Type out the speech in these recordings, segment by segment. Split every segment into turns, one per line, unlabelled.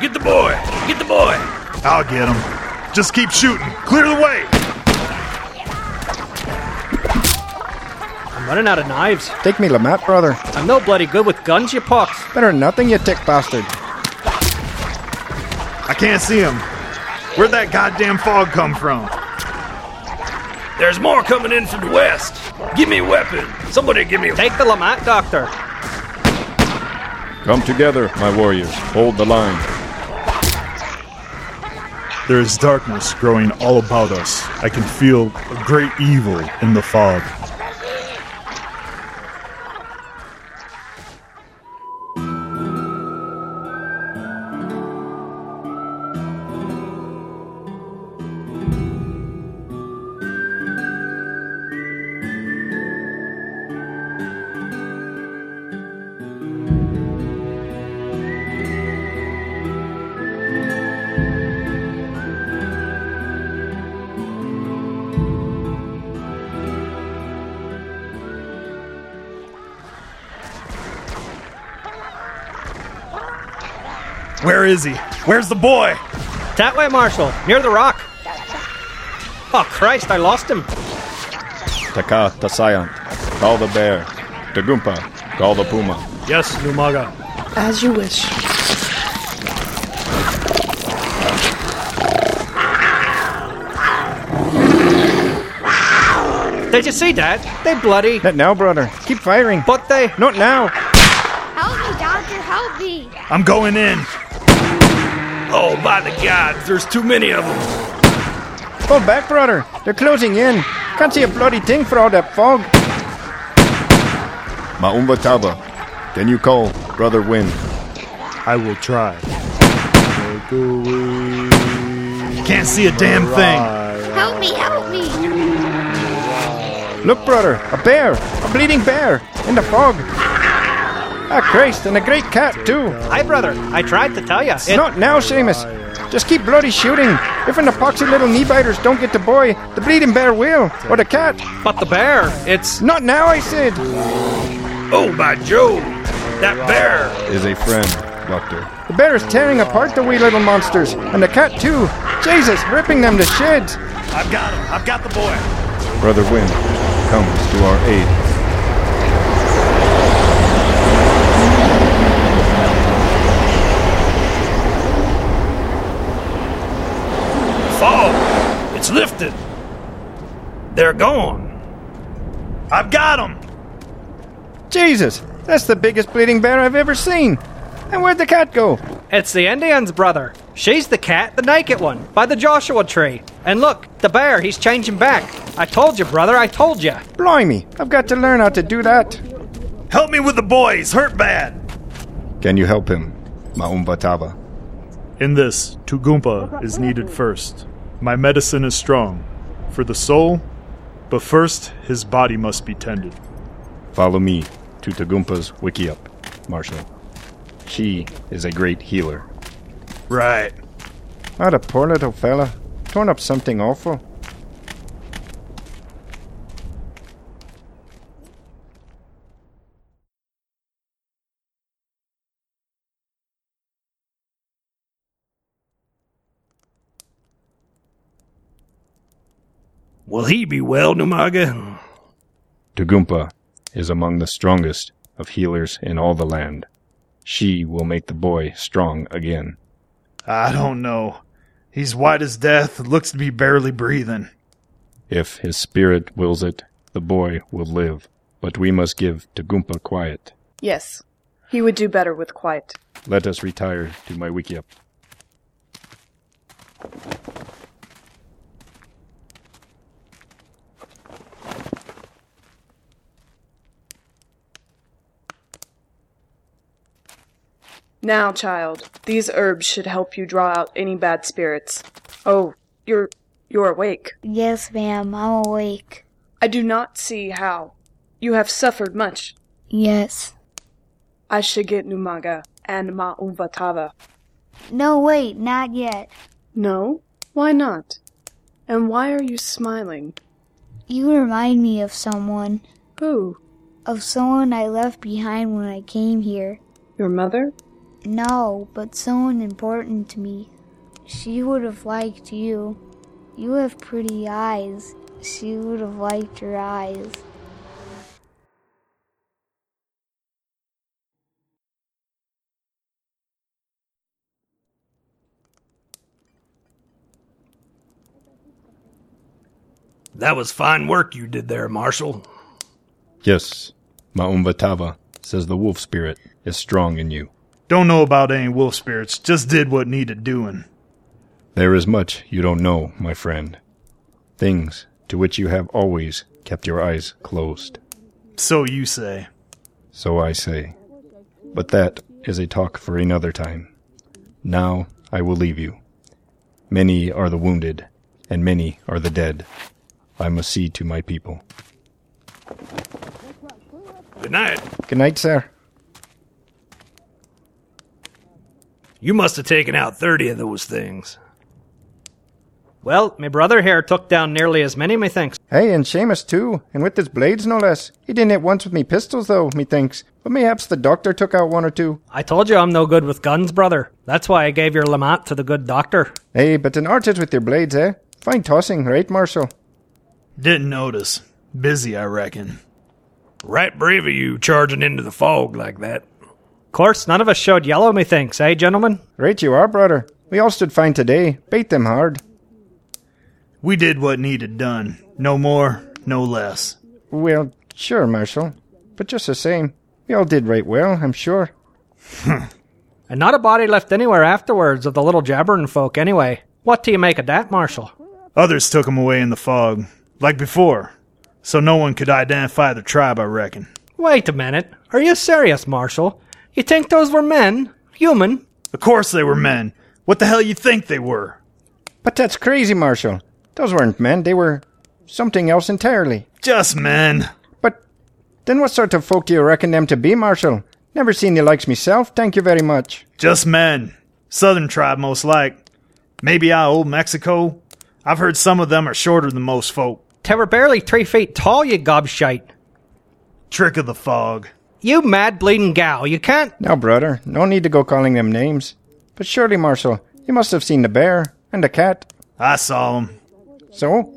Get the boy! Get the boy!
I'll get him. Just keep shooting. Clear the way.
I'm running out of knives.
Take me, Lamat, brother.
I'm no bloody good with guns, you pucks.
Better than nothing, you tick bastard.
I can't see him. Where'd that goddamn fog come from?
There's more coming in from the west. Give me a weapon. Somebody give me a.
Take the Lamont doctor.
Come together, my warriors. Hold the line.
There is darkness growing all about us. I can feel a great evil in the fog. Where is he? Where's the boy?
That way, Marshal. Near the rock. Oh, Christ, I lost him.
Taka Tasayant. Call the bear. Tagumpa. Call the puma.
Yes, Lumaga.
As you wish.
Did you see that? They bloody.
Not now, brother. Keep firing.
But they.
Not now.
Help me, doctor, help me!
I'm going in.
Oh, by the gods, there's too many of them.
Fall back, brother. They're closing in. Can't see a bloody thing for all that fog.
Maumba Taba. Can you call Brother Wind?
I will try. Can't see a damn thing.
Help me, help me!
Look, brother. A bear. A bleeding bear. In the fog. Ah, Christ. And a great cat, too.
Hi, brother. I tried to tell you. It,
Not now, Seamus. Just keep bloody shooting. If an epoxy little knee biters don't get the boy, the bleeding bear will. Or the cat.
But the bear. It's.
Not now, I said.
Oh, by Jove! That bear!
Is a friend, Doctor.
The bear is tearing apart the wee little monsters. And the cat, too. Jesus, ripping them to shreds.
I've got him. I've got the boy.
Brother Wind comes to our aid.
Fog! It's lifted! They're gone!
I've got him.
Jesus, that's the biggest bleeding bear I've ever seen. And where'd the cat go?
It's the Indian's brother. She's the cat, the naked one, by the Joshua tree. And look, the bear, he's changing back. I told you, brother, I told you.
Blimey, I've got to learn how to do that.
Help me with the boy. He's hurt bad.
Can you help him, Maumba Taba?
In this, Tugumpa is needed first. My medicine is strong for the soul, but first his body must be tended.
Follow me to Tagumpa's wiki up, Marshal. She is a great healer.
Right.
Ah, the poor little fella. Torn up something awful.
Will he be well, Numaga?
Tugumpa is among the strongest of healers in all the land. She will make the boy strong again.
I don't know. He's white as death, looks to be barely breathing.
If his spirit wills it, the boy will live. But we must give Tugumpa quiet.
Yes. He would do better with quiet.
Let us retire to my wiki up.
Now, child, these herbs should help you draw out any bad spirits. Oh, you're you're awake.
Yes, ma'am, I'm awake.
I do not see how. You have suffered much.
Yes.
I should get Numaga and Mauvatava.
No, wait, not yet.
No? Why not? And why are you smiling?
You remind me of someone.
Who?
Of someone I left behind when I came here.
Your mother?
No, but someone important to me. She would have liked you. You have pretty eyes. She would have liked your eyes.
That was fine work you did there, Marshal.
Yes, Maumvatava says the wolf spirit is strong in you.
Don't know about any wolf spirits, just did what needed doing.
There is much you don't know, my friend. Things to which you have always kept your eyes closed.
So you say.
So I say. But that is a talk for another time. Now I will leave you. Many are the wounded, and many are the dead. I must see to my people.
Good night.
Good night, sir.
You must have taken out 30 of those things.
Well, me brother here took down nearly as many, methinks.
Hey, and Seamus too, and with his blades no less. He didn't hit once with me pistols, though, methinks. But mayhaps the doctor took out one or two.
I told you I'm no good with guns, brother. That's why I gave your Lamont to the good doctor.
Hey, but an artist with your blades, eh? Fine tossing, right, Marshal?
Didn't notice. Busy, I reckon.
Right brave of you charging into the fog like that.
course, none of us showed yellow, methinks, eh, gentlemen?
Right you are, brother. We all stood fine today. Bait them hard.
We did what needed done. No more, no less.
Well, sure, Marshal. But just the same, we all did right well, I'm sure.
And not a body left anywhere afterwards of the little jabbering folk, anyway. What do you make of that, Marshal?
Others took 'em away in the fog, like before, so no one could identify the tribe, I reckon.
Wait a minute. Are you serious, Marshal? You think those were men? Human?
Of course they were men. What the hell you think they were?
But that's crazy, Marshal. Those weren't men, they were something else entirely.
Just men.
But then what sort of folk do you reckon them to be, Marshal? Never seen the likes myself, thank you very much.
Just men. Southern tribe, most like. Maybe I old Mexico. I've heard some of them are shorter than most folk.
They were barely three feet tall, you gobshite.
Trick of the fog.
You mad bleeding gal, you can't.
Now, brother, no need to go calling them names. But surely, Marshal, you must have seen the bear and the cat.
I saw 'em.
So,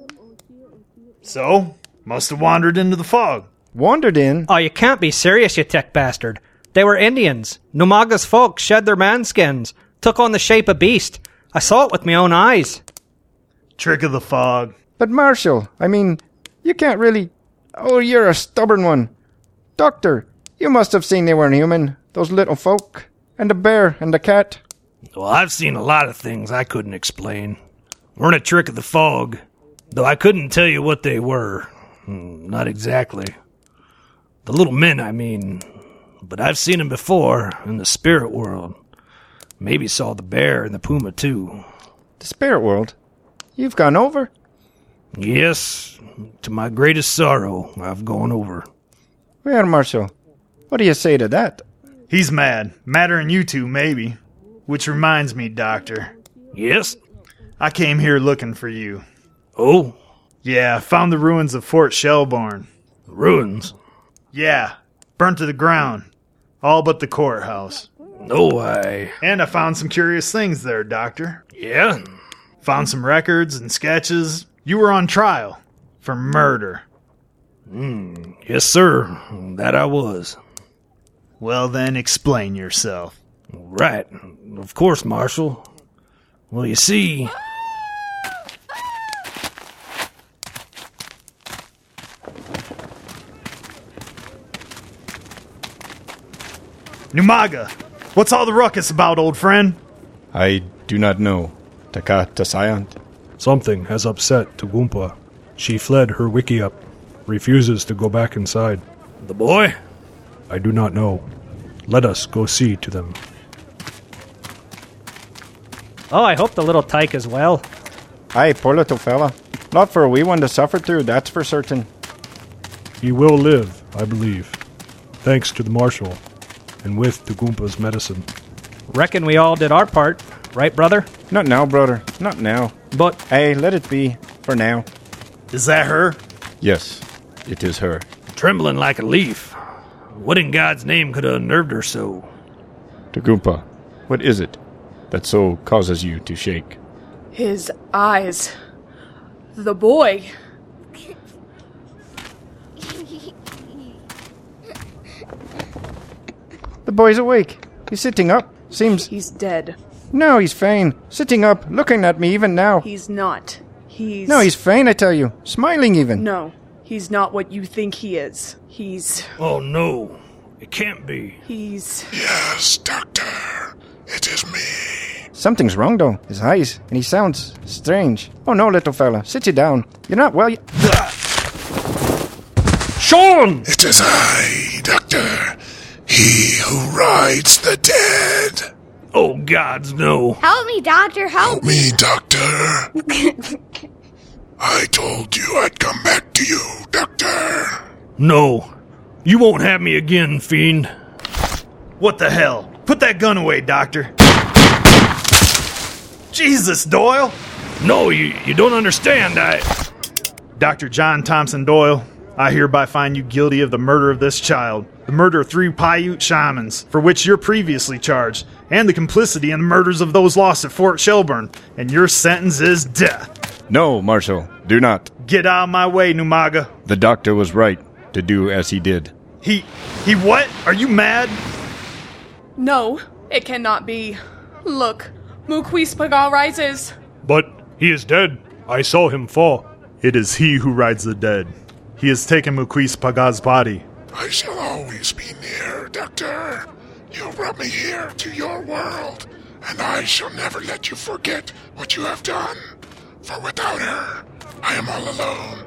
So, must have wandered into the fog.
wandered in.
Oh, you can't be serious, you tech bastard. They were Indians. Numaga's folk shed their manskins, took on the shape of beast. I saw it with my own eyes.
Trick of the fog.
But, Marshal, I mean, you can't really. Oh, you're a stubborn one. Doctor, you must have seen they weren't human, those little folk. And the bear and the cat.
Well, I've seen a lot of things I couldn't explain. We're in a trick of the fog, though I couldn't tell you what they were. Hmm, Not exactly. The little men, I mean. But I've seen 'em before in the spirit world. Maybe saw the bear and the puma too.
The spirit world. You've gone over.
Yes, to my greatest sorrow, I've gone over.
Where, Marshal? What do you say to that?
He's mad. Madder than you two, maybe. Which reminds me, Doctor.
Yes?
I came here looking for you.
Oh,
Yeah, found the ruins of Fort Shelburne.
ruins.
Yeah, burnt to the ground. All but the courthouse.
No, Oh, I.
And I found some curious things there, Doctor.
Yeah,
Found some records and sketches. You were on trial for murder.
yes, sir. That I was.
Well, then explain yourself.
Right. Of course, Marshal. Well, you see.
Numaga, what's all the ruckus about, old friend?
I do not know. Taka Tasayant.
Something has upset Tugumpa. She fled her wiki up, refuses to go back inside.
The boy?
I do not know. Let us go see to them.
Oh, I hope the little tyke is well.
Aye, poor little fella. Not for a wee one to suffer through, that's for certain.
He will live, I believe, thanks to the marshal and with Tugumpa's medicine.
Reckon we all did our part, right, brother?
Not now, brother. Not now.
But
Aye, let it be. For now.
Is that her?
Yes, it is her.
Trembling like a leaf. What in God's name could have unnerved her so?
Tugumpa What is it that so causes you to shake?
His eyes. The boy.
The boy's awake. He's sitting up. Seems.
He's dead.
No, he's fine. Sitting up, looking at me even now.
He's not. He's.
No, he's fine, I tell you. Smiling even.
No. He's not what you think he is. He's.
Oh no, it can't be.
He's.
Yes, Doctor. It is me.
Something's wrong, though. His eyes. And he sounds strange. Oh no, little fella. Sit you down. You're not well. y-
Sean!
It is I, Doctor. He who rides the dead.
Oh gods, no.
Help me, doctor, help me.
Me, Doctor. I told you I'd come back to you, Doctor.
No. You won't have me again, fiend.
What the hell? Put that gun away, Doctor. Jesus, Doyle!
No, you, you don't understand. I.
Dr. John Thompson Doyle, I hereby find you guilty of the murder of this child, the murder of three Paiute shamans, for which you're previously charged, and the complicity in the murders of those lost at Fort Shelburne, and your sentence is death.
No, Marshal, do not.
Get out of my way, Numaga.
The doctor was right to do as he did.
He. he what? Are you mad?
No, it cannot be. Look, Mukwis Pagal rises.
But he is dead. I saw him fall.
It is he who rides the dead. He has taken Mukwis Paga's body.
I shall always be near, Doctor. You brought me here to your world, and I shall never let you forget what you have done. For without her, I am all alone,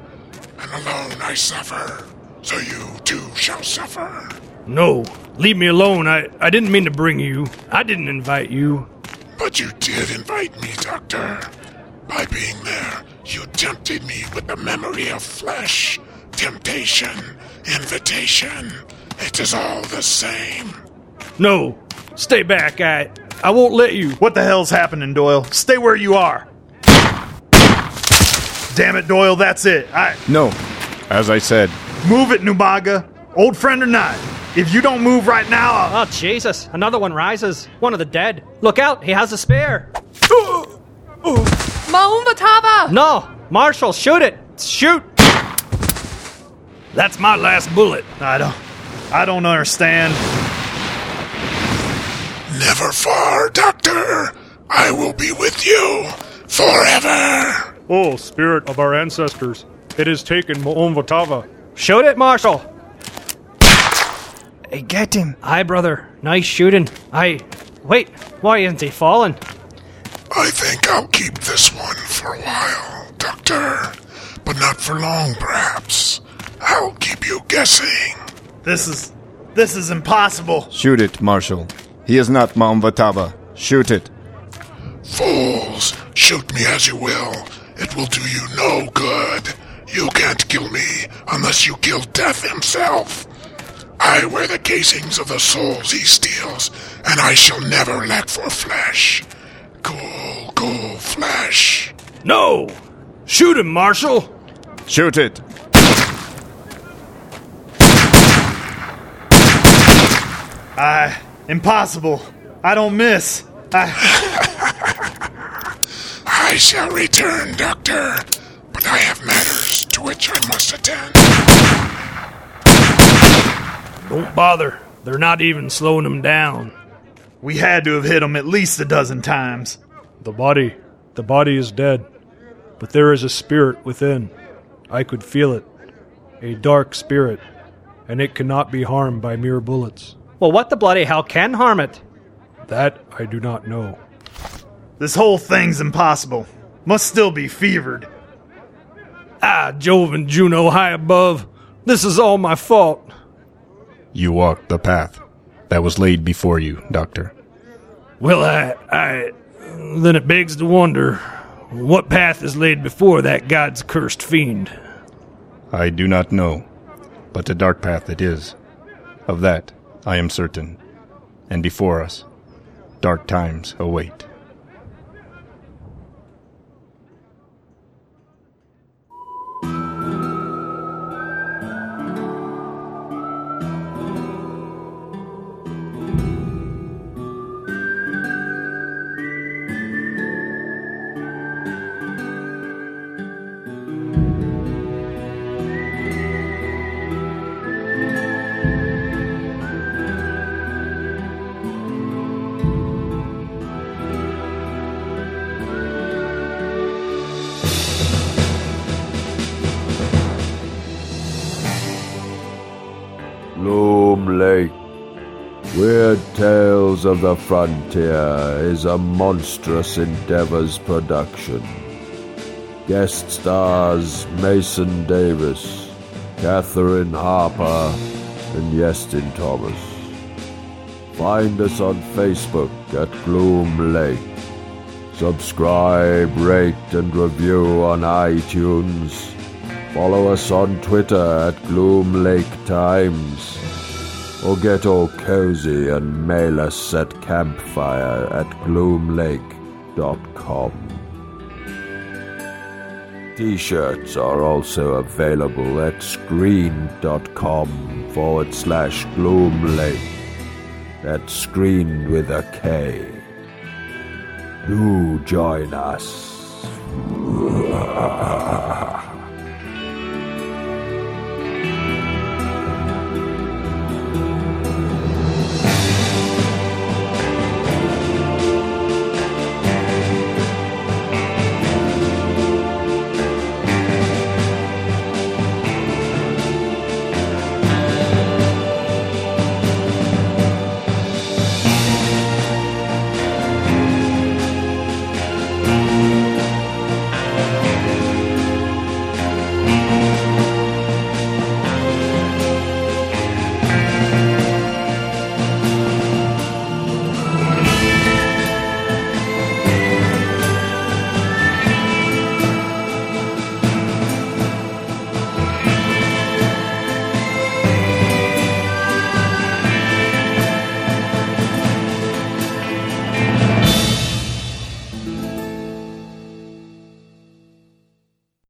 and alone I suffer. So you too shall suffer.
No. Leave me alone. I, I didn't mean to bring you. I didn't invite you.
But you did invite me, Doctor. By being there, you tempted me with the memory of flesh. Temptation, invitation, it is all the same.
No. Stay back. I. I won't let you.
What the hell's happening, Doyle? Stay where you are! Damn it, Doyle, that's it. I.
No, as I said,
Move it, Numaga. Old friend or not. If you don't move right now, I'll.
Oh, Jesus. Another one rises. One of the dead. Look out, he has a spear.
Maumvatava!
No, Marshall, shoot it. Shoot.
That's my last bullet.
I don't. I don't understand.
Never far, Doctor. I will be with you forever.
Oh, spirit of our ancestors, it has taken Mo'omvatava.
Shoot it, Marshall.
Hey, get him.
Aye, brother. Nice shooting. I. Wait, why isn't he falling?
I think I'll keep this one for a while, Doctor. But not for long, perhaps. I'll keep you guessing.
This is. This is impossible.
shoot it, Marshal. He is not Maumvatava. Shoot it.
Fools, shoot me as you will. It will do you no good. You can't kill me unless you kill Death himself. I wear the casings of the souls he steals, and I shall never lack for flesh. Cool, cool flesh.
No. Shoot him, Marshal.
Shoot it.
I. Impossible. I don't miss. I.
I shall return, Doctor, but I have matters to which I must attend.
Don't bother. They're not even slowing him down.
We had to have hit him at least a dozen times.
The body, the body is dead, but there is a spirit within. I could feel it. A dark spirit, and it cannot be harmed by mere bullets.
Well, what the bloody hell can harm it?
That I do not know.
This whole thing's impossible. Must still be fevered.
Ah, Jove and Juno high above. This is all my fault.
You walked the path that was laid before you, Doctor.
Well, I, I, then it begs to wonder what path is laid before that God's cursed fiend.
I do not know, but a dark path it is. Of that I am certain. And before us, dark times await. Loom Lake. Weird Tales of the Frontier is a monstrous endeavors production. Guest stars Mason Davis, Catherine Harper, and Yestin Thomas. Find us on Facebook at Gloom Lake. Subscribe, rate, and review on iTunes. Follow us on Twitter at Gloom Lake Times. Or get all cozy and mail us at campfire at gloomlake.com. T shirts are also available at screen.com forward slash gloomlake. That's screen with a K. Do join us.